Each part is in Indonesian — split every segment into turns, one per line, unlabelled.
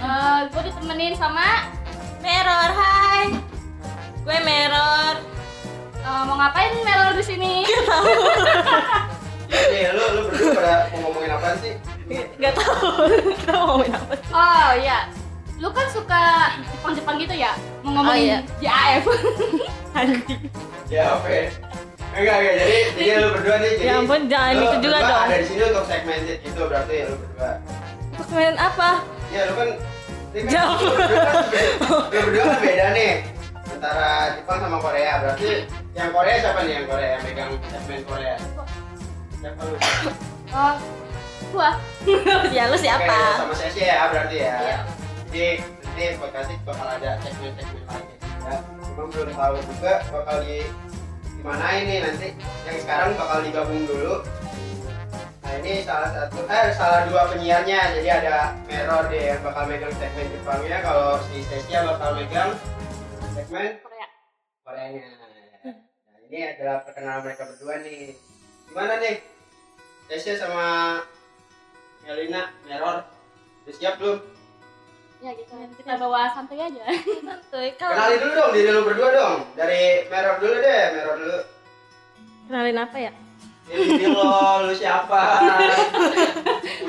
Eh, gue ditemenin sama
Meror, hai. Gue Meror.
eh, mau ngapain Melor di sini?
Iya, lu lu berdua pada mau ngomongin apa sih?
Gak tau kita mau ngomongin apa.
Oh iya, lu kan suka Jepang-Jepang gitu ya? Mau ngomongin JAF
Nanti.
Ya, apa ya? Enggak, enggak. Jadi jadi lu berdua nih jadi
Ya ampun, jangan
lu
gitu juga
berdua
dong.
Ada di sini untuk segmented gitu berarti ya lu berdua.
Untuk mainan apa?
Ya, lu kan ini kan-
Jauh.
Lu berdua kan beda- lu berdua kan beda nih antara Jepang sama Korea. Berarti yang Korea siapa nih yang Korea yang megang segmen Korea? Siapa lu?
Oh, gua
ya lu
Oke,
siapa?
sama Sesi ya berarti ya.
Iya.
Jadi nanti podcastnya bakal ada segmen-segmen lagi. Ya, cuma belum tahu juga bakal di gimana ini nanti. Yang sekarang bakal digabung dulu. Nah ini salah satu, eh salah dua penyiarnya. Jadi ada Meror deh yang bakal megang segmen Jepangnya, kalau si Sesia bakal megang segmen
Korea
Koreanya.
Hmm.
Nah ini adalah perkenalan mereka berdua nih. Gimana nih? Tesya sama Melina, Meror, udah siap belum?
Ya gitu, kita bawa santai aja
Santuy, kalau
Kenalin dulu dong diri lu berdua dong. Dari Meror dulu deh, Meror dulu.
kenalin apa ya?
Diri diri lo, lu siapa?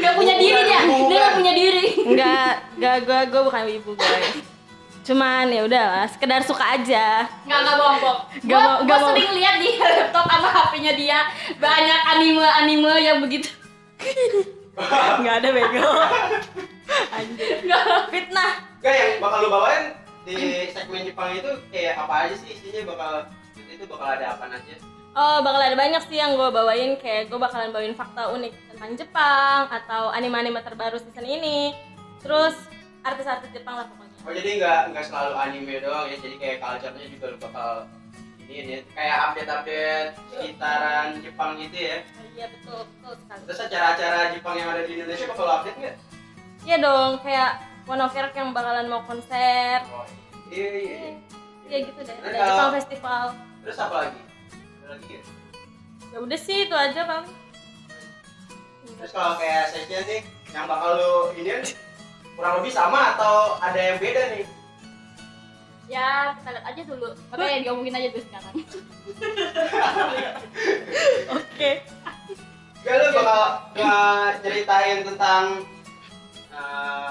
Gak punya diri dia, dia gak punya diri
Enggak, enggak gue gue bukan ibu guys. Cuman ya udahlah, sekedar suka aja.
Gak, gak bohong-bohong
Nggak
Gua,
mau-
gua
nggak mau.
sering lihat di laptop sama HP-nya dia Banyak anime-anime yang begitu
Enggak ada bego. Anjir. Fitnah.
Gak yang bakal lu bawain di
Hmm.
segmen Jepang itu kayak apa aja sih isinya bakal itu bakal ada apa aja?
Oh, bakal ada banyak sih yang gue bawain kayak gue bakalan bawain fakta unik tentang Jepang atau anime-anime terbaru season ini. Terus artis-artis Jepang lah pokoknya.
Oh jadi nggak nggak selalu anime doang ya, jadi kayak culture-nya juga lu bakal ini ya, kayak update-update sekitaran Jepang gitu ya.
Oh, Iya betul betul sekali.
Terus acara-acara Jepang yang ada di Indonesia bakal lu update nggak?
Iya dong, kayak One Ok Rock yang bakalan mau konser.
Oh iya iya. iya.
Ya gitu deh,
Terus
ada
kalau-
Jepang Festival.
Terus apa lagi? Ada lagi ya?
Ya udah sih itu aja bang.
Terus kalau kayak sesnya nih, yang bakal lu ini kurang lebih sama atau ada yang beda nih?
Ya, kita lihat aja dulu Makanya diomongin aja dulu sekarang
Oke.
Gak Iya, lu bakal ngeceritain tentang eh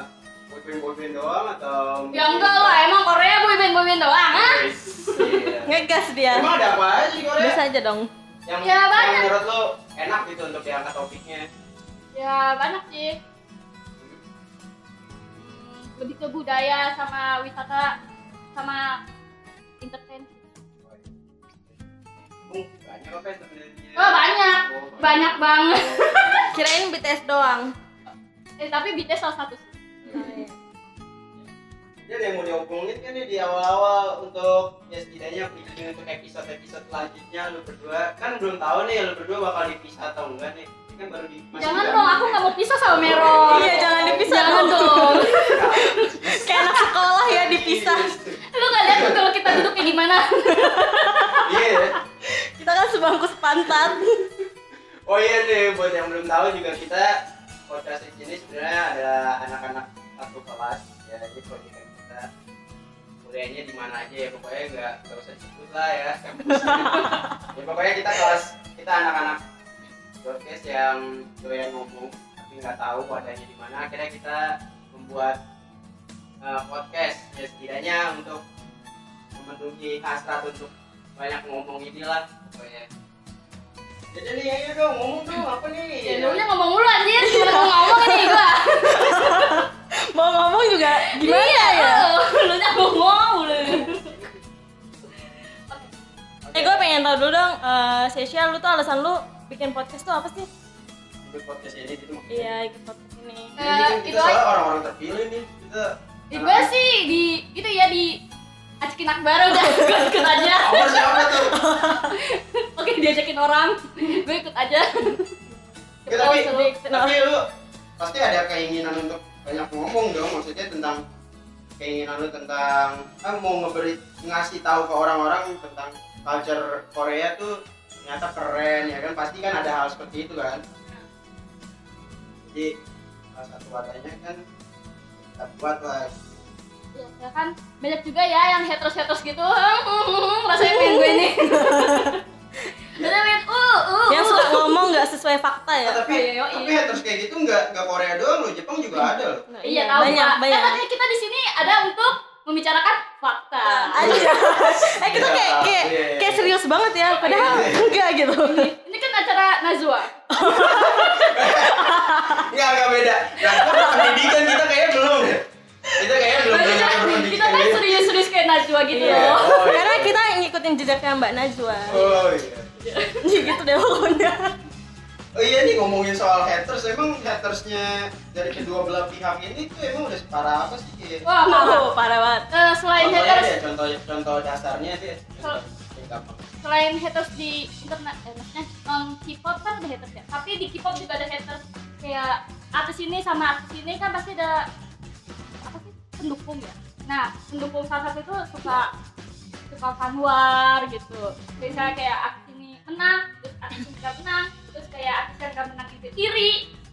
boyband-boyband doang atau?
Ya enggak lah, emang Korea boyband-boyband doang ah?
Iya.
Ngegas dia.
Emang ada apa aja sih Korea?
Bisa aja dong.
Yang,
Ya,
yang
banyak.
menurut lo enak gitu untuk diangkat topiknya?
Ya banyak sih Hmm, lebih ke budaya sama wisata sama entertain
Hmm, Banyak apa yang sebenarnya?
oh banyak
Oh,
banyak banget
Kirain BTS doang.
eh, tapi BTS salah satu sih
Jadi yang mau diomongin kan ya di awal-awal untuk ya setidaknya bridging untuk episode-episode selanjutnya lu berdua kan belum tahu nih lu berdua bakal dipisah atau enggak nih Ini kan baru di masih
jangan
di-
dong aku nggak mau pisah sama Meron
Iya jangan dipisah
jangan dong
Kayak anak sekolah
Iya,
ya dipisah.
lu nggak lihat tuh kalau kita duduk kayak gimana
Iya ya.
Kita kan sebangku sepantat.
Oh iya nih buat yang belum tahu juga kita podcast di sini sebenarnya ada anak-anak satu kelas ya jadi proyekan kita kuliahnya di mana aja ya pokoknya nggak nggak usah disebut lah ya kampusnya. ya pokoknya kita kelas kita anak-anak podcast yang doyan ngomong tapi nggak tahu wadahnya di mana akhirnya kita membuat eh, podcast ya setidaknya untuk memenuhi hasrat untuk banyak ngomong inilah pokoknya jadi nih ayo dong ngomong dong apa nih
ya lu nya ngomong mulu anjir gimana mau ngomong nih gua
Mau ngomong juga gimana
iya
ya?
lu lu nya ngomong mulu
Eh gue pengen tau dulu dong, eh Sesha lu tuh alasan lu bikin podcast tuh apa sih?
Ikut podcast ini gitu maksudnya.
Iya ikut podcast ini
Jadi kan
Eh,
kita
itu aja
soalnya orang-orang terpilih nih kita
di gua sih di itu ya di ajakin akbar udah gua ikut aja
Apa siapa tuh?
oke diajakin orang gue ikut aja
Ya, tapi,
Seru, seru.
tapi lu pasti ada keinginan untuk banyak ngomong dong maksudnya tentang keinginan lu tentang kan mau ngeberi ngasih tahu ke orang-orang tentang culture Korea tuh ternyata keren ya kan pasti kan ada hal seperti itu kan jadi salah satu wadahnya kan kita kita buat lah
Ya, ya kan banyak juga ya yang haters haters gitu. Hmm, rasanya pengen gue ini. Beneran, uh, uh,
Yang
uh.
suka ngomong nggak sesuai fakta ya.
Ah, tapi
Iya, iya,
tapi
iya.
haters kayak gitu nggak nggak Korea doang loh Jepang juga ada loh
Nah,
Iya, tahu
banyak
Pak.
banyak.
Kan makanya kita di sini ada untuk membicarakan fakta.
Ah. Aja. eh kita
Iya,
kayak
tahu,
kayak
iya, iya.
kayak serius banget ya, padahal enggak gitu.
Ini kan acara Nazwa.
nggak nggak beda nah kalau pendidikan kita kayaknya belum kita kayaknya Iya, belum belum
Kita,
sampai
kita
pendidikan
kan
gitu.
serius-serius kayak Najwa gitu
Iya.
loh.
Oh, iya.
Karena kita ngikutin jejaknya Mbak Najwa.
oh iya
gitu deh pokoknya.
Oh iya nih ngomongin soal haters, emang hatersnya dari kedua belah pihak ini tuh emang udah separah apa sih? Ki?
Wah, parah.
Oh, parah banget.
Eh, selain
Contohnya
iya, haters, Oh.
deh, contoh contoh dasarnya deh.
Kalau-
Yang gampang.
selain haters di internet, eh, maksudnya non K-pop kan ada haters ya. Tapi di K-pop juga ada haters kayak artis ini sama artis ini kan pasti ada apa sih pendukung ya. Nah, pendukung salah satu itu suka suka fanwar gitu. Misalnya kayak artis ini menang, terus artis ini nggak menang, terus kayak artis yang nggak menang itu iri.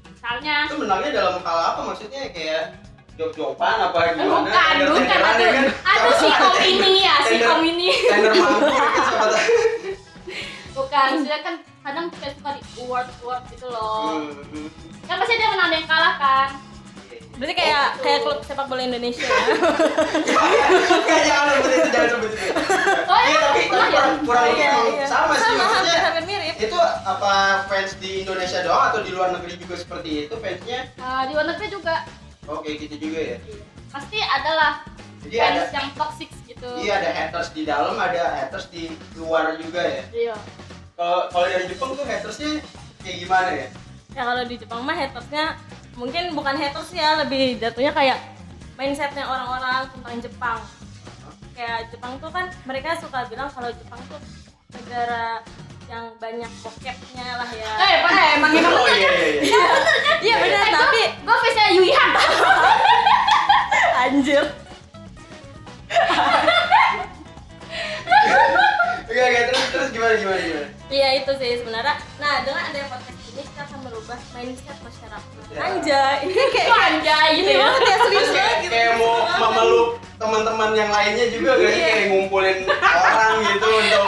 Misalnya
Itu menangnya dalam hal apa maksudnya kayak job-joban apa
Eh,
gimana?
bukan, bukan,
Tender-tenderan ya
aduh,
kan?
aduh si kom ini ya, si
Tender-
kom ini
Tender mampu kan siapa tahu.
Bukan, maksudnya kan kadang kayak suka di award-award gitu loh
Hmm.
Kan pasti ada yang menang, ada yang kalah kan
Berarti kayak
Oh, gitu.
kayak klub sepak bola Indonesia. ya.
Enggak jangan sebut itu, jangan sebut itu.
Oh
Iya,
iya,
tapi
pernah
tapi
ya?
kurang kurang lebih
Iya,
emang
iya.
sama sih
Sama,
maksudnya.
hampir, hampir mirip.
Itu apa fans di Indonesia doang atau di luar negeri juga seperti itu fansnya?
Nah, di luar negeri juga
Oke gitu juga ya.
pasti adalah
Jadi Iya, ada
fans yang toxic gitu
iya ada haters di dalam, ada haters di luar juga ya.
Iya.
Kalau kalau dari Jepang tuh hatersnya kayak gimana ya?
Ya kalau di Jepang mah hatersnya mungkin bukan haters ya, lebih jatuhnya kayak mindsetnya orang-orang tentang Jepang. Kayak Jepang tuh kan mereka suka bilang kalau Jepang tuh negara yang banyak bokepnya lah ya.
Eh, Pak, eh, emang Eh, ini
Oh iya iya iya.
Iya benar, tapi
Gue fansnya Yui Han
anjir.
Oke oke Iya, terus terus gimana gimana gimana?
Iya itu sih sebenarnya. Nah dengan ada podcast ini kita akan merubah mindset masyarakat.
Ya.
Anjay, ini kayak
Itu anjay gitu
ini
ya
banget ya serius
Terus kayak,
banget.
kayak mau memeluk teman-teman yang lainnya juga gak sih
Iya.
kayak ngumpulin orang gitu untuk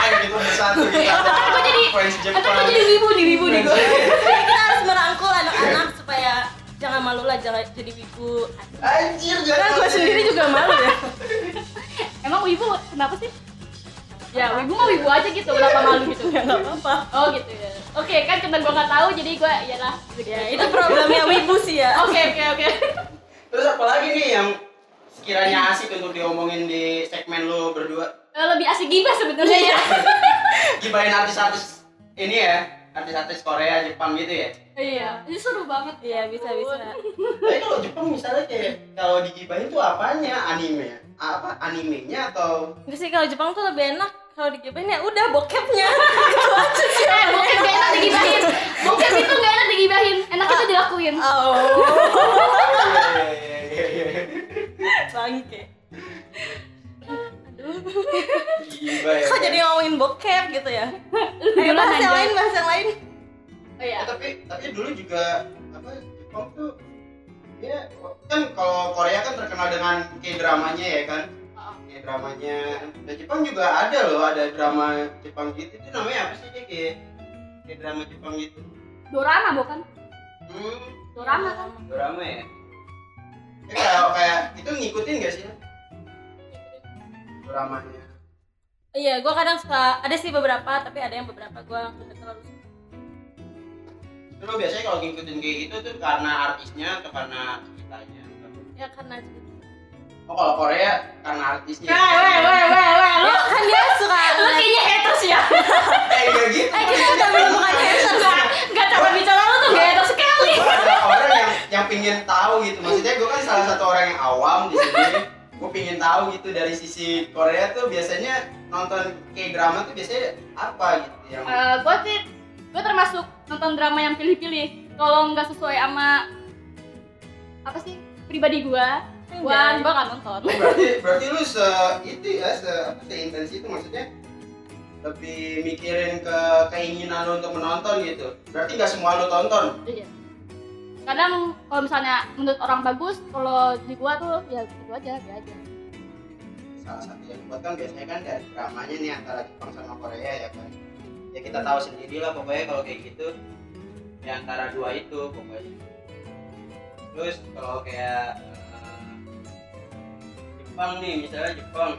ayo kita bersatu kita
Ntar gue jadi,
fans
ntar
Jepang.
gue jadi wibu nih, wibu nih gue
Jadi kita harus merangkul anak-anak supaya jangan malu lah jangan jadi wibu.
Anjir jangan.
Karena gue Nah, sendiri juga malu ya.
Emang wibu kenapa sih? Ya, wibu mah wibu aja gitu, kenapa malu gitu
ya nggak apa-apa.
Oh gitu ya. Oke kan karena gue nggak tahu jadi gue iyalah.
Ya itu problemnya wibu sih ya.
gitu Oke oke oke.
Terus apa lagi nih yang sekiranya asik untuk diomongin di segmen lo berdua?
Eh, Lebih asik gibah sebenarnya ya.
gibain artis-artis ini ya artis-artis Korea Jepang gitu ya
Iya. Ini seru banget.
Iya bisa bisa.
tapi kalau Jepang misalnya kayak kalau digibahin tuh apanya anime apa animenya atau
Enggak sih kalau Jepang tuh lebih enak kalau digibahin ya udah bokepnya.
Eh, mungkin gak enak digibahin. Mungkin itu gak enak digibahin. Enak itu dilakuin.
Oh,
Iya,
bangke.
Giba ya.
Kok jadi ngomongin bokep gitu ya? Ayo
Duluan
bahas yang
aja.
lain, bahas yang lain.
Oh iya.
Ya, tapi tapi dulu juga apa Jepang tuh ya kan kalau Korea kan terkenal dengan K-dramanya ya kan
Oh.
K-dramanya nah Jepang juga ada loh ada drama Jepang gitu itu namanya apa sih kayak kayak K-drama Jepang gitu
Dorama bukan?
hmm
Dorama kan.
drama ya Eh, kayak kayak itu ngikutin gak sih dramanya
Iya, gue kadang suka ada sih beberapa, tapi ada yang beberapa gue udah terlalu suka.
Terus biasanya kalau ngikutin kayak gitu tuh karena artisnya atau karena ceritanya?
Ya karena cerita.
Oh kalau Korea karena artisnya.
Weh weh weh weh weh eh, lu.
Ya kan dia suka.
Lu kayaknya haters ya.
Eh nggak gitu.
Eh kita udah bilang bukan gitu, haters.
Enggak, enggak cara bicara lu tuh gak haters sekali.
Gua ada orang yang yang pingin tahu gitu. Maksudnya gue kan salah satu orang yang awam di sini. Gue pingin tahu gitu dari sisi Korea tuh biasanya nonton kayak drama tuh biasanya apa gitu yang
Eh, gue sih gue termasuk nonton drama yang pilih-pilih kalau nggak sesuai sama apa sih pribadi gue gue
Enggak.
gue nggak nonton
Oh, berarti berarti lu se itu ya se apa se intens itu maksudnya lebih mikirin ke keinginan lu untuk menonton gitu berarti nggak semua lu tonton
Iya. kadang kalau misalnya menurut orang bagus kalau di gua tuh ya gitu aja gitu aja
salah satu yang buat kan biasanya kan dari dramanya nih antara Jepang sama Korea ya kan ya kita tahu sendiri lah pokoknya kalau kayak gitu di antara dua itu pokoknya terus kalau kayak eh, Jepang nih misalnya Jepang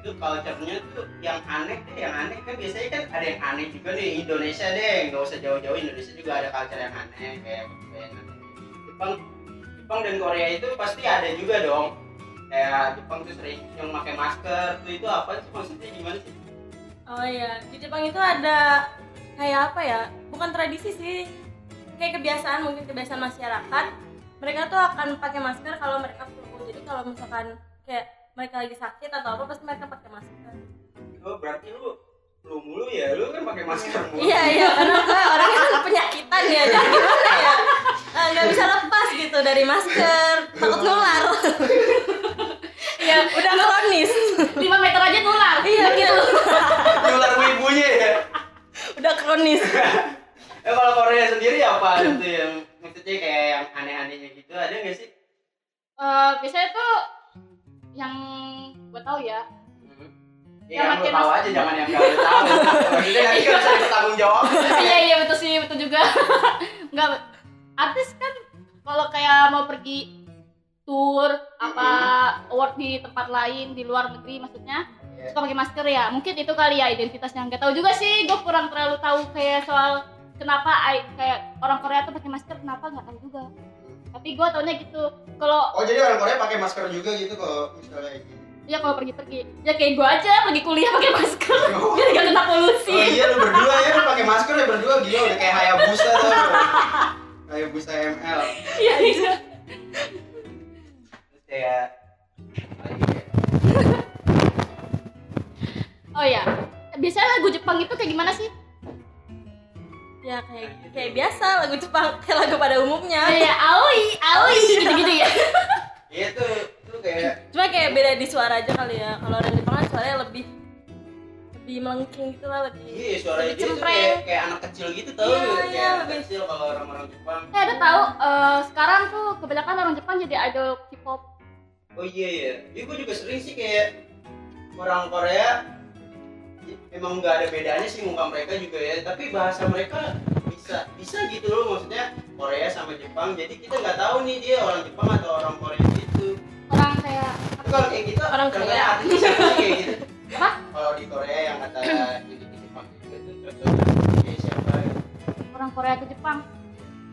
itu culture-nya tuh yang aneh deh yang aneh kan biasanya kan ada yang aneh juga nih Indonesia deh nggak usah jauh-jauh Indonesia juga ada culture yang aneh kayak gitu, kayak Jepang Jepang dan Korea itu pasti ada juga dong kayak Jepang tuh sering yang pakai masker tuh itu apa sih maksudnya gimana sih
Oh iya, di Jepang itu ada kayak apa ya? Bukan tradisi sih, kayak kebiasaan mungkin kebiasaan masyarakat. Mereka tuh akan pakai masker kalau mereka flu. Jadi kalau misalkan kayak mereka lagi sakit atau apa pasti mereka pakai masker.
oh berarti lu lu mulu ya lu kan pakai masker mulu
Iya iya, karena gue orangnya kan penyakitan ya, jadi gimana ya? Eh, Nggak bisa lepas gitu dari masker, takut nular.
ya
Udah kronis.
5 meter aja nular
iya gitu.
nular ibunya ya
Udah kronis.
eh kalau Korea sendiri apa itu yang maksudnya kayak yang aneh-anehnya gitu ada nggak sih
Eh, biasanya tuh yang gua tahu ya
Hmm.
Yang
Ya, yang lu
pakai
tahu
masker.
aja jangan yang gak lu tahu. Maksudnya nanti kan saya bertanggung jawab.
iya iya betul sih betul juga nggak artis kan kalau kayak mau pergi tour apa award di tempat lain di luar negeri maksudnya
Iya.
suka pakai masker ya mungkin itu kali ya identitasnya nggak tahu juga sih gue kurang terlalu tahu kayak soal kenapa I- kayak orang Korea tuh pakai masker kenapa nggak tahu juga tapi gue taunya gitu kalau
Oh jadi orang Korea pakai masker juga gitu kalau misalnya gitu.
ya kalau pergi-pergi ya kayak gue aja pergi kuliah pakai masker
Oh.
biar nggak kena polusi
Oh iya lu berdua ya lu pakai masker ya berdua gila udah kayak Hayabusa tuh. Hayabusa ML.
iya iya
Terus kayak
oh ya biasanya lagu Jepang itu kayak gimana sih
Ya kayak kayak biasa lagu Jepang kayak lagu pada umumnya.
kayak aoi aoi gitu-gitu ya
Iya tuh itu kayak
cuma kayak beda di suara aja kali ya kalau orang Jepang kan suaranya lebih lebih melengking gitu lah lebih
Iya, suaranya dia tuh
Cempreng.
kayak, kayak anak kecil gitu tau
Iya,
Kayak
iya,
anak
lebih.
kecil kalau orang-orang Jepang
Eh, ada tahu eh, sekarang tuh kebanyakan orang Jepang jadi idol K-pop.
Oh iya iya Iya gue juga sering sih kayak orang Korea i- Emang nggak ada bedanya sih muka mereka juga ya Tapi bahasa mereka bisa bisa gitu loh maksudnya Korea sama Jepang jadi kita nggak tahu nih dia orang Jepang atau orang Korea gitu
Orang kayak
Tapi kalau kayak gitu
Orang
contohnya
Korea.
artis siapa sih kayak gitu
Apa?
Kalau di Korea yang kata di di Jepang gitu tuh contohnya kayak siapa gitu
orang Korea ke Jepang.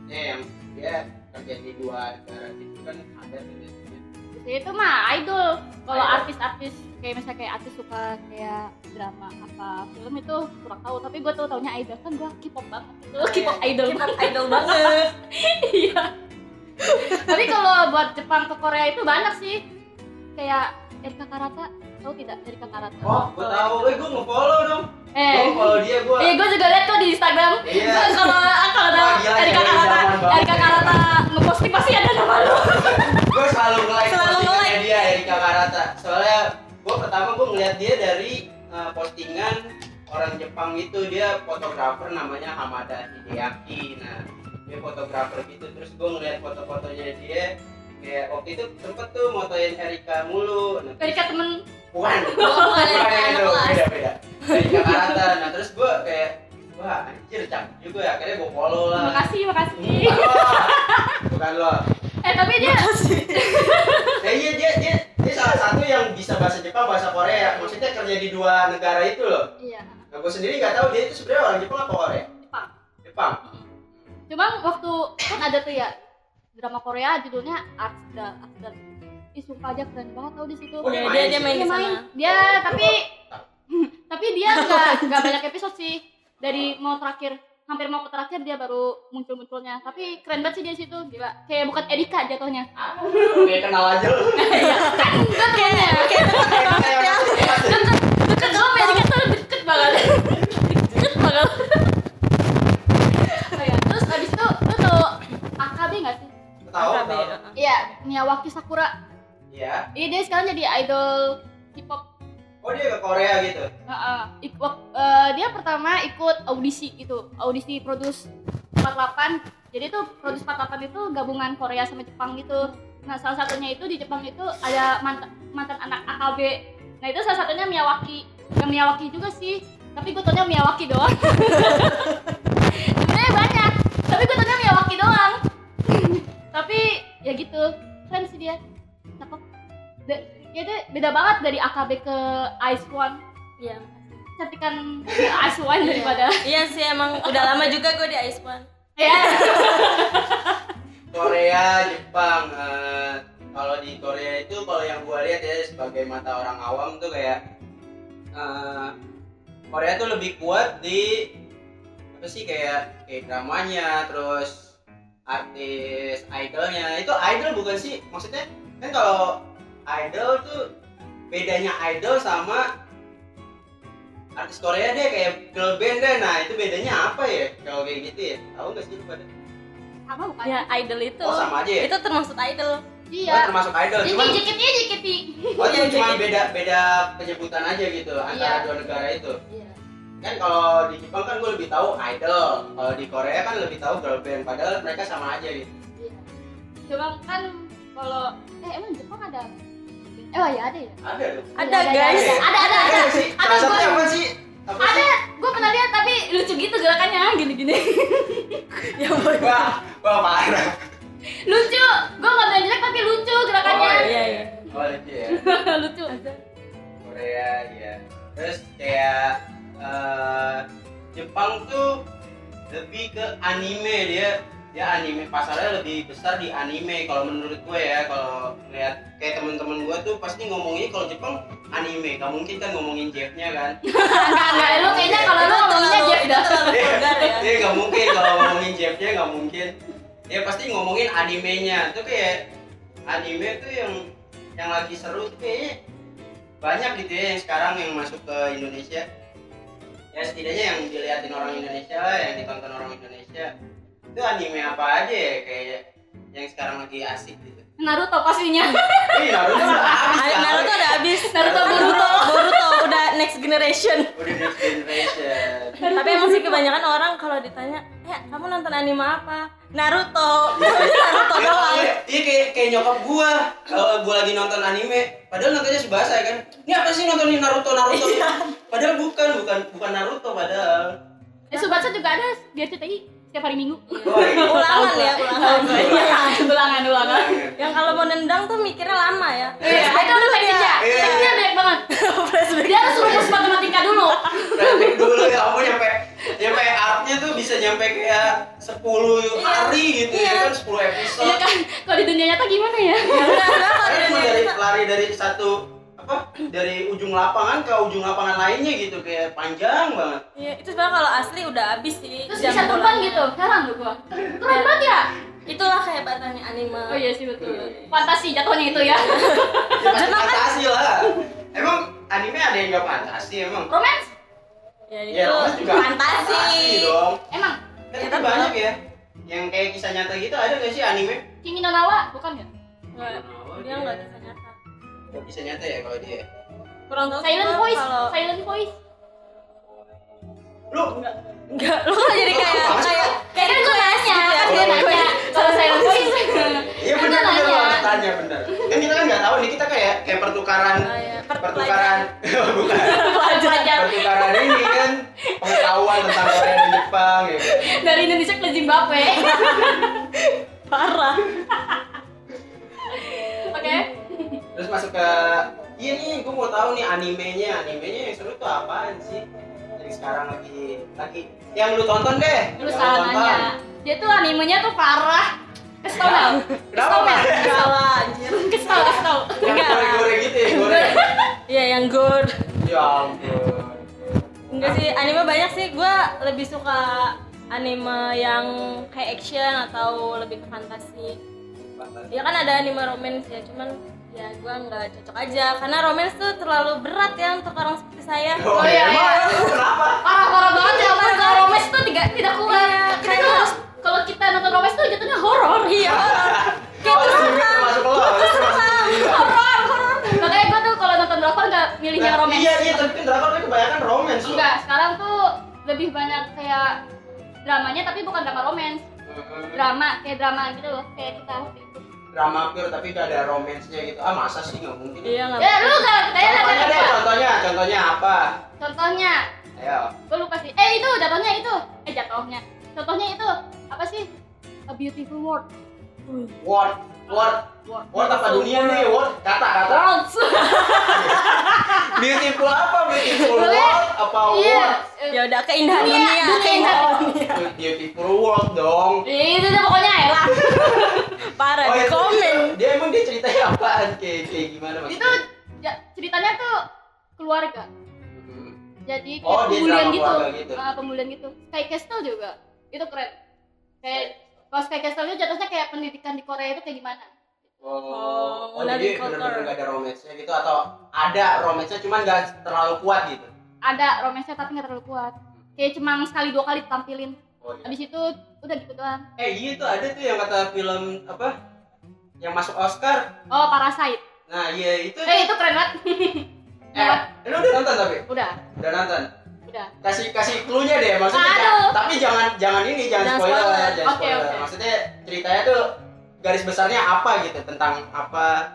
Ya, yang dia kerja di dua negara itu kan ada tuh di sini.
Jadi itu mah idol. Kalau
Idol.
artis-artis kayak misalnya kayak artis suka kayak drama apa film itu kurang tahu tapi gue tuh taunya idol kan gue K-pop banget itu K-pop idol
Oh iya, K-pop idol banget
iya tapi kalau buat Jepang ke Korea itu banyak sih kayak Erika Karata tahu tidak Erika Karata
Oh, gue tahu, gue gue ngefollow dong. Gue
eh
follow dia gue.
Iya, gue juga liat kok di Instagram.
Iya.
Gua Kalau kalau ada
Wah, gila,
Erika
zaman
Karata,
banget. ya.
Erika Karata ngeposting pasti ada nama lu.
Gue selalu nge-like
Selalu
postingannya
nge-like.
dia Erika Karata. Soalnya gue pertama gue ngeliat dia dari eh, postingan orang Jepang itu dia fotografer namanya Hamada Hideaki. Nah, dia fotografer gitu. Terus gue ngeliat foto-fotonya dia kayak waktu itu sempet tuh motoin Erika mulu. Nah, terus-
Erika temen
bukan
bukan
Bukan yang
anak
itu,
kelas
Iya, beda beda dari Jakarta nah terus gue kayak wah anjir cantik juga ya akhirnya gue follow lah Hmm,
makasih makasih.
bukan lo bukan lo
Eh tapi dia
Iya.
nah, iya dia dia dia salah satu yang bisa bahasa Jepang bahasa Korea maksudnya kerja di dua negara itu loh
iya
nah gue sendiri nggak tahu dia itu sebenarnya orang Jepang apa Korea
Jepang.
Jepang
Cuman waktu kan ada tuh ya drama Korea judulnya Artsdal Artsdal. Ih sumpah aja keren banget tau di situ.
Oh,
dia dia, Iya,
main sih.
dia main
Dia main.
di sana
Dia
Oh,
tapi tapi dia nggak nggak banyak episode sih dari mau terakhir hampir mau ke terakhir dia baru muncul-munculnya tapi keren banget sih dia di situ gila kayak bukan Erika jatuhnya
Ah, kayak kenal aja lo
Iya,
enggak kayaknya deket lo ya deket tuh deket banget deket banget oh, ya. terus abis itu lu tau AKB nggak sih
tahu
KB,
tahu
uh-uh.
iya Miyawaki Sakura
iya
iya dia sekarang jadi idol K-pop
oh dia ke Korea gitu
Heeh. Ik- wak- eh, dia pertama ikut audisi gitu audisi produce 48 jadi tuh produce 48 itu gabungan Korea sama Jepang gitu nah salah satunya itu di Jepang itu ada mantan mantan anak AKB nah itu salah satunya Miyawaki yang Miyawaki juga sih tapi gue taunya Miyawaki doang sebenarnya banyak tapi gue taunya Miyawaki doang tapi ya gitu keren sih dia cakep Be- ya dia beda banget dari AKB ke Ice One
Iya.
cantikan Ice One daripada
Iya sih emang udah lama juga gue di Ice One.
ya
Korea, Jepang. eh, kalau di Korea itu kalau yang gua lihat ya sebagai mata orang awam tuh kayak eh, Korea tuh lebih kuat di apa sih kayak kayak dramanya, terus artis idolnya. Itu idol bukan sih? Maksudnya kan kalau idol tuh bedanya idol sama artis Korea deh kayak girl band deh. Nah itu bedanya apa ya kalau kayak gitu ya? Tahu nggak sih lu pada?
sama bukan
Ya idol itu.
Oh sama aja ya.
Itu termasuk idol.
Oh,
iya
termasuk idol,
jadi
cuman
JKT JKT
Oh, itu
Iya,
cuma
jadi-
beda beda penyebutan aja gitu antara
Iya.
dua negara itu.
iya
Kan kalau di Jepang kan gue lebih tahu idol, kalau di Korea kan lebih tahu girl band. Padahal mereka sama aja gitu.
Iya. Cuma kan kalau eh emang Jepang ada Eh oh ya ada ya.
Ada tuh.
Ada
Iya,
guys.
Ada ada ada.
Ada
ada.
nggak sih. Salah
gua-
satunya apa sih? Apa
Ada.
sih?
Gue pernah lihat tapi lucu gitu gerakannya gini-gini.
Iya.
ya boy.
Wah, wah parah.
lucu. Gue nggak bilang jelek tapi lucu gerakannya.
Oh, iya, iya.
Oh lucu ya.
lucu.
Korea ya. Terus kayak eh, Jepang tuh lebih ke anime dia dia anime pasarnya lebih besar di anime kalau menurut gue ya kalau lihat kayak temen-temen gue tuh pasti ngomongnya kalau Jepang anime gak mungkin kan ngomongin Jeffnya kan
Enggak enggak lu kayaknya kalau lu
Itu
ngomongnya
terlalu-
Jeff
itu
dah.
terlalu vulgar ya.
dia nggak mungkin kalau ngomongin Jeffnya nggak mungkin dia pasti ngomongin animenya tuh kayak anime tuh yang yang lagi seru tuh kayaknya banyak gitu ya yang sekarang yang masuk ke Indonesia ya setidaknya yang dilihatin orang Indonesia lah yang ditonton orang Indonesia itu anime apa aja ya kayak yang sekarang lagi asik gitu
Naruto pastinya.
Ih, Naruto udah habis
Ay-
kan?
Naruto udah habis.
Naruto
Boruto, Boruto udah next generation.
udah next generation
Tapi emang sih kebanyakan orang kalau ditanya, "Eh, kamu nonton anime apa?" Naruto. Naruto
Iya,
doang.
iya. Iya kayak kayak nyokap gua kalau gua lagi nonton anime, padahal nontonnya sebahasa ya kan. Ini apa sih nontonin Naruto Naruto?
Iya.
padahal bukan bukan bukan Naruto padahal.
Eh Subatsu juga ada biar CTI setiap hari Minggu.
Oh, iya.
Ulangan ya, ulangan.
Iya. ulangan ulangan.
Yang kalau mau nendang tuh mikirnya lama ya.
Iya, itu ada tekniknya.
Iya.
Tekniknya banyak banget.
Flashback.
Dia harus rumus matematika dulu.
Flashback dulu ya ampun nyampe nyampe artnya tuh bisa nyampe kayak 10 hari gitu
Iya.
ya kan 10 episode.
Iya kan, kalau di dunia nyata gimana ya?
Udah, udah, kalau
Karena cuma
dari-
dari lari dari satu apa dari ujung lapangan ke ujung lapangan lainnya gitu kayak panjang banget.
Iya, itu sebenarnya kalau asli udah habis sih.
Terus
jam
bisa terbang
bolanya.
gitu, heran loh gua. Keren banget ya?
Itulah kehebatannya anime.
Oh iya sih betul. Fantasi jatuhnya itu ya.
Ya, pasti fantasi lah. Emang anime ada yang gak fantasi emang?
Romance?
Ya itu
Ya, Romas juga
fantasi.
fantasi dong.
Emang
Kan
Ya,
itu
tapi-
banyak ya. Yang kayak kisah nyata gitu ada gak sih anime?
Kimi no Nawa bukan ya?
Nggak, Dia nggak kisah nyata.
Gak kisah nyata ya kalau dia.
Kurang tahu sih
Silent
gua
Voice,
kalau
Silent Voice.
Lu
Enggak, lu kok jadi kayak
Apa sih?
kayak kayak
Kan gua nanya,
ya.
kan dia nanya kalau Silent Voice.
Iya
Kan
benar
gua
benar lu
nanya.
harus tanya benar. Kan kita kan nggak tahu nih kita kayak kayak pertukaran
Oh, iya. Per-
pertukaran bukan
Pelajar
pertukaran ini kan pengetahuan tentang Korea dan Jepang ya kan.
dari Indonesia ke Zimbabwe.
Parah.
Oke.
Terus masuk ke iya nih gue mau tahu nih animenya animenya yang seru tuh apaan sih? Yang sekarang lagi lagi yang lu tonton deh.
Lu
Yang
salah
tonton.
nanya. Dia tuh animenya tuh parah. Kasih tau gak?
ya? Kenapa? Pak?
ya? Salah anjir.
Kasih tau, kasih tau.
Yang
Enggak.
goreng-goreng gitu ya, goreng.
Iya, yang good.
ya ampun.
Enggak sih, anime banyak sih. Gua lebih suka anime yang kayak action atau lebih ke fantasi. Ya kan ada anime romance ya, cuman ya gua nggak cocok aja karena romance tuh terlalu berat ya untuk orang seperti saya.
Oh,
iya,
iya, emang
iya.
emang kenapa?
Parah-parah banget Iya, gitu. ya, apa kalau romance tuh tidak tidak kuat. Kita tuh harus- kalau kita nonton romance tuh jatuhnya horor.
Iya. Kayak
Oh,
terus
ini
terang.
masuk Iya, lo,
Terus
masuk
terang.
lo.
horor horor makanya gue tuh kalau nonton drakor nggak milih yang
Nah,
romance
Iya, iya, tapi kan drakor kan kebanyakan romance.
enggak sekarang tuh lebih banyak kayak dramanya tapi bukan drama romance drama kayak drama gitu loh kayak kita waktu itu
drama pure tapi udah ada romance-nya gitu ah masa sih nggak mungkin
Iya nggak?
ya lu gak tanya lah
contohnya
kan
deh contohnya contohnya apa
contohnya
ayo
gue lupa sih eh itu jatuhnya itu eh jatuhnya contohnya itu apa sih a beautiful world
word word
world
word apa dunia nih word kata kata
Worlds.
beautiful apa beautiful world apa
iya
word
eh,
ya udah keindahan
Dunia,
dunia,
dunia.
keindahan
beautiful world dong Oh,
itu tuh pokoknya ya lah
parah di
itu-
komen
itu- dia emang dia ceritanya apaan kayak kayak gimana maksudnya?
itu ja- ceritanya tuh keluarga
Hmm.
jadi kayak
Oh, dia
pemulihan
drama
gitu,
keluarga gitu.
Ah, pemulihan gitu Sky Castle juga itu keren kayak kalau Sky Castle itu jatuhnya kayak pendidikan di Korea itu kayak gimana
Oh, oh,
Modern
jadi
Culture.
benar-benar gak ada romance-nya gitu atau ada romance-nya cuman gak terlalu kuat gitu.
ada romance tapi nggak terlalu kuat kayak cuma sekali dua kali ditampilin
Oh, iya.
abis itu udah gitu doang
Eh iya tuh ada tuh yang kata film apa yang masuk Oscar.
oh Parasite
Nah iya itu.
eh itu keren banget
eh, lu udah nonton tapi
udah
udah nonton.
udah
Kasih kasih clue-nya deh maksudnya.
Aduh.
jangan- tapi jangan jangan ini jangan
Jangan
spoiler,
spoiler.
jangan
Oke,
spoiler.
oke.
Maksudnya ceritanya tuh garis besarnya apa gitu tentang apa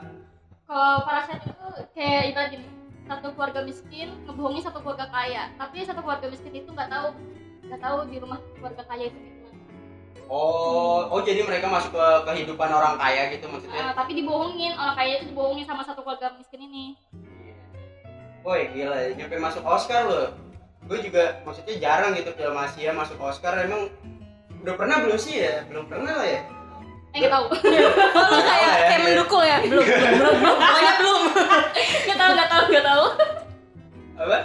kalau Parasite itu kayak ibarat gini satu keluarga miskin ngebohongin satu keluarga kaya tapi satu keluarga miskin itu nggak tahu nggak tahu di rumah keluarga kaya itu gimana
oh oh jadi mereka masuk ke kehidupan orang kaya gitu maksudnya
Ah, tapi dibohongin orang kaya itu dibohongin sama satu keluarga miskin ini
Woi gila ya, nyampe masuk Oscar loh. Gue juga maksudnya jarang gitu film Asia masuk Oscar emang udah pernah belum sih ya? Belum pernah lah ya?
eh nggak tahu
Oh, lu kayak
Iya,
kayak
iya.
mendukung ya belum belum belum belum pokoknya belum
nggak tahu nggak tahu nggak tahu
Apa?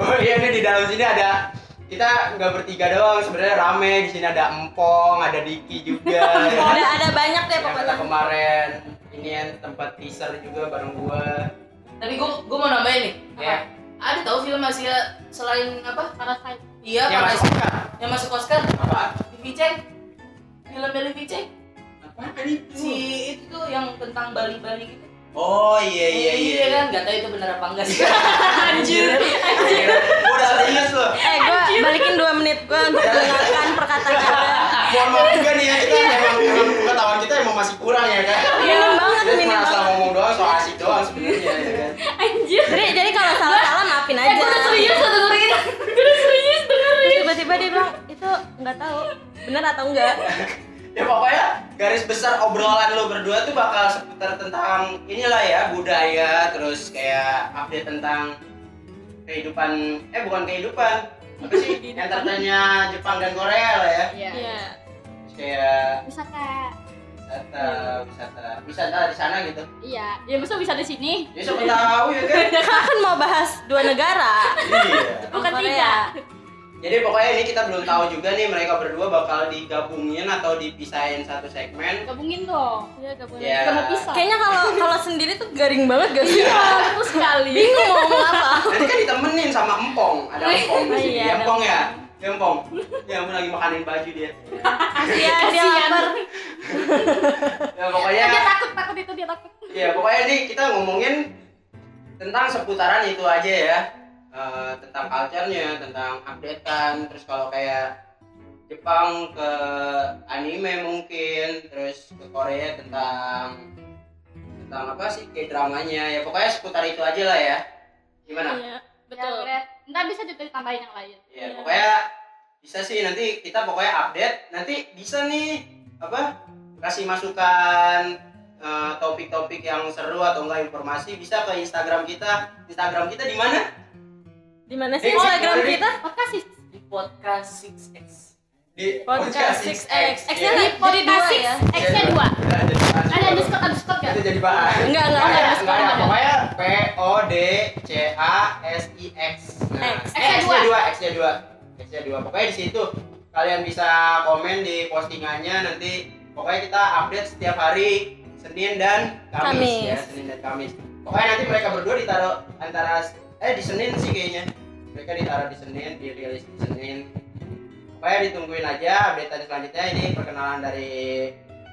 oh iya ini di dalam sini ada kita nggak bertiga doang sebenarnya rame di sini ada Empong, ada Diki juga.
ada
ya.
ada banyak deh
Yang
pokoknya
kata kemarin ini yang tempat teaser juga bareng gua.
Tapi gue gue mau nambahin nih.
Ya.
Ada tahu film Asia selain apa?
Parasite
Yang
Iya, Paris.
masuk Oscar.
Yang masuk Oscar.
Apa?
Livi Cheng. Film dari Livi Cheng.
Apaan itu?
Si itu tuh yang tentang Bali-Bali gitu.
Oh iya iya iya.
kan, enggak tahu itu benar apa enggak sih.
anjir
Gua udah serius loh.
eh gua balikin dua menit gua
Iya,
untuk dengarkan perkataan anda
mohon maaf juga nih ya kita
Iya.
memang memang pengetahuan kita emang masih kurang ya kan
minim Iya, banget
kita
minim
cuma asal
banget
ngomong doang soal asik doang sebenarnya ya kan
anjir
jadi jadi kalau salah salah maafin
eh
aja
gue udah serius loh dengerin gue udah serius dengerin
tiba-tiba dia bilang itu nggak tahu bener atau enggak
ya pokoknya garis besar obrolan lo berdua tuh bakal seputar tentang inilah ya budaya terus kayak update tentang kehidupan eh bukan kehidupan apa sih entertainnya Jepang dan Korea lah ya
iya
iya
terus kayak
bisa kayak
wisata wisata wisata di sana gitu
iya ya masa bisa di sini
ya siapa tahu ya kan
ya kan mau bahas dua negara
iya
Bukan
Korea.
tiga.
Jadi pokoknya ini kita belum tahu juga nih mereka berdua bakal digabungin atau dipisahin satu segmen.
gabungin dong
Iya, gak boleh.
Ya.
Gak mau pisah.
kayaknya kalau kalau sendiri tuh garing banget gak
Iya.
sih
Terus sekali
bingung mau ngomong apa
Nanti kan ditemenin sama Empong, ada Empong di
Oh
sini.
iya,
Ya,
ada
Empong ya, ya Empong. Ya Empong lagi makanin baju dia.
iya dia lapar
Ya pokoknya,
dia takut takut itu dia takut
ya pokoknya nih kita ngomongin tentang seputaran itu aja ya. Eh, tentang culture-nya, tentang updatean, terus kalau kayak Jepang ke anime mungkin, terus ke Korea tentang tentang apa sih kayak dramanya ya pokoknya seputar itu aja lah ya gimana
Ya,
Iya, betul
boleh. ntar bisa juga ditambahin yang lain
ya
Iya.
pokoknya bisa sih nanti kita pokoknya update nanti bisa nih apa kasih masukan eh, topik-topik yang seru atau enggak informasi bisa ke Instagram kita Instagram kita di mana
di mana sih
Eh,
Instagram
sorry.
kita
makasih
Di podcast 6X.
di
podcast 6x
X
X-nya
Jadi
jadi dua
podcast
ya
X nya dua ada
Iya. ada
underscore underscore gak
itu jadi bahan
enggak enggak
Nggak
enggak
ada, nggak ada.
ada.
ya. Pokoknya P O D C A S I X. Nah,
X.
X-nya
X-nya dua, X-nya dua, X-nya dua. Pokoknya di situ kalian bisa komen di postingannya nanti. Pokoknya kita update setiap hari Senin dan Kamis,
Kamis.
ya Senin dan Kamis. Pokoknya nanti mereka berdua ditaruh antara eh di Senin sih kayaknya. Mereka ditaruh di Senin, dirilis di Senin. Pokoknya ditungguin aja update selanjutnya ini perkenalan dari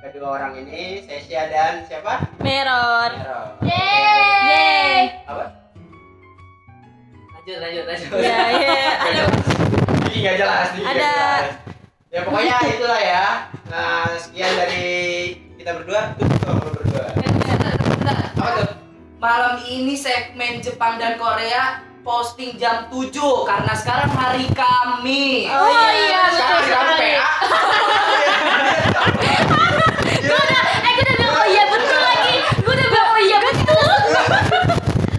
kedua orang ini, Sesia dan siapa?
meror
yeay
yeay
Apa?
Lanjut, lanjut, lanjut.
ya ya ada
Iya, Ih, nggak jelas nih, nggak
Ada-
jelas. Ya pokoknya itulah ya. Nah, sekian dari kita berdua. Tuh, tuh, tuh, berdua.
Bentar, bentar.
Apa tuh?
Malam ini segmen Jepang dan Korea posting jam 7 karena sekarang hari Kamis.
Oh,
Oh
iya,
iya, betul
Sekarang kamu
sekali.
PA.
Gue udah, eh gue udah bilang oh iya betul lagi. Gue udah bilang oh iya betul.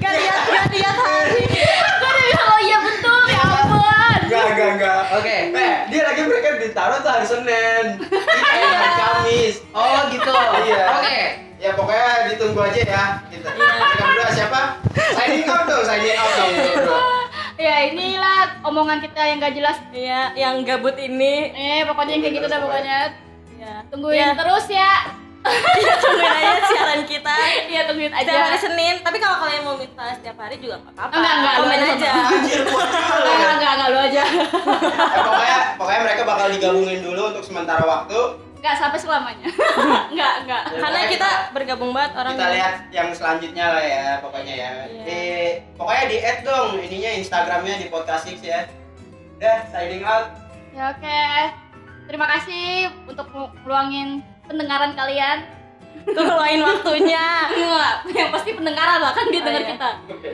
Gak lihat, gak lihat hari.
Gue udah bilang oh iya betul. Ya ampun.
Enggak, enggak, enggak.
Oke.
Eh, dia lagi mereka ditaruh tuh hari Senin. Kita hari Kamis.
Oh gitu.
Iya.
Oke.
Ya pokoknya ditunggu aja ya. Kita. Kita berdua siapa? Signing out dong, signing out dong. kita berdua.
Ya inilah omongan kita yang gak jelas.
Iya, yang gabut ini.
Eh pokoknya yang kayak gitu dah pokoknya.
Ya,
Tungguin
Ya,
terus ya.
tungguin aja siaran kita.
Iya tungguin aja.
Setiap hari Senin, tapi kalau kalian mau minta setiap hari juga nggak apa-apa.
Enggak, enggak,
Komen
lu
aja.
Anjir, gua
Enggak,
malu ya.
enggak, enggak, enggak, lu aja.
Eh, pokoknya, pokoknya mereka bakal digabungin dulu untuk sementara waktu.
Enggak sampai selamanya.
Enggak, enggak.
Ya,
Karena
pokoknya
kita
kita-
bergabung banget orang. ya?
Kita lihat yang selanjutnya lah ya, pokoknya ya.
Iya.
Di, pokoknya di add dong ininya Instagramnya di podcast Six ya. Udah, signing out.
Ya oke. Terima kasih untuk ngelu- ngeluangin pendengaran kalian.
Tuh luangin waktunya.
Enggak, yang pasti pendengaran lah kan dia
Oh,
denger
iya.
kita.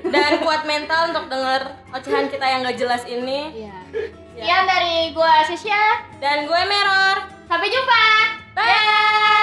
Dan kuat mental untuk denger ocehan kita yang nggak jelas ini.
Iya. Sekian dari gua Sesya.
Dan gue Meror.
Sampai jumpa. Bye.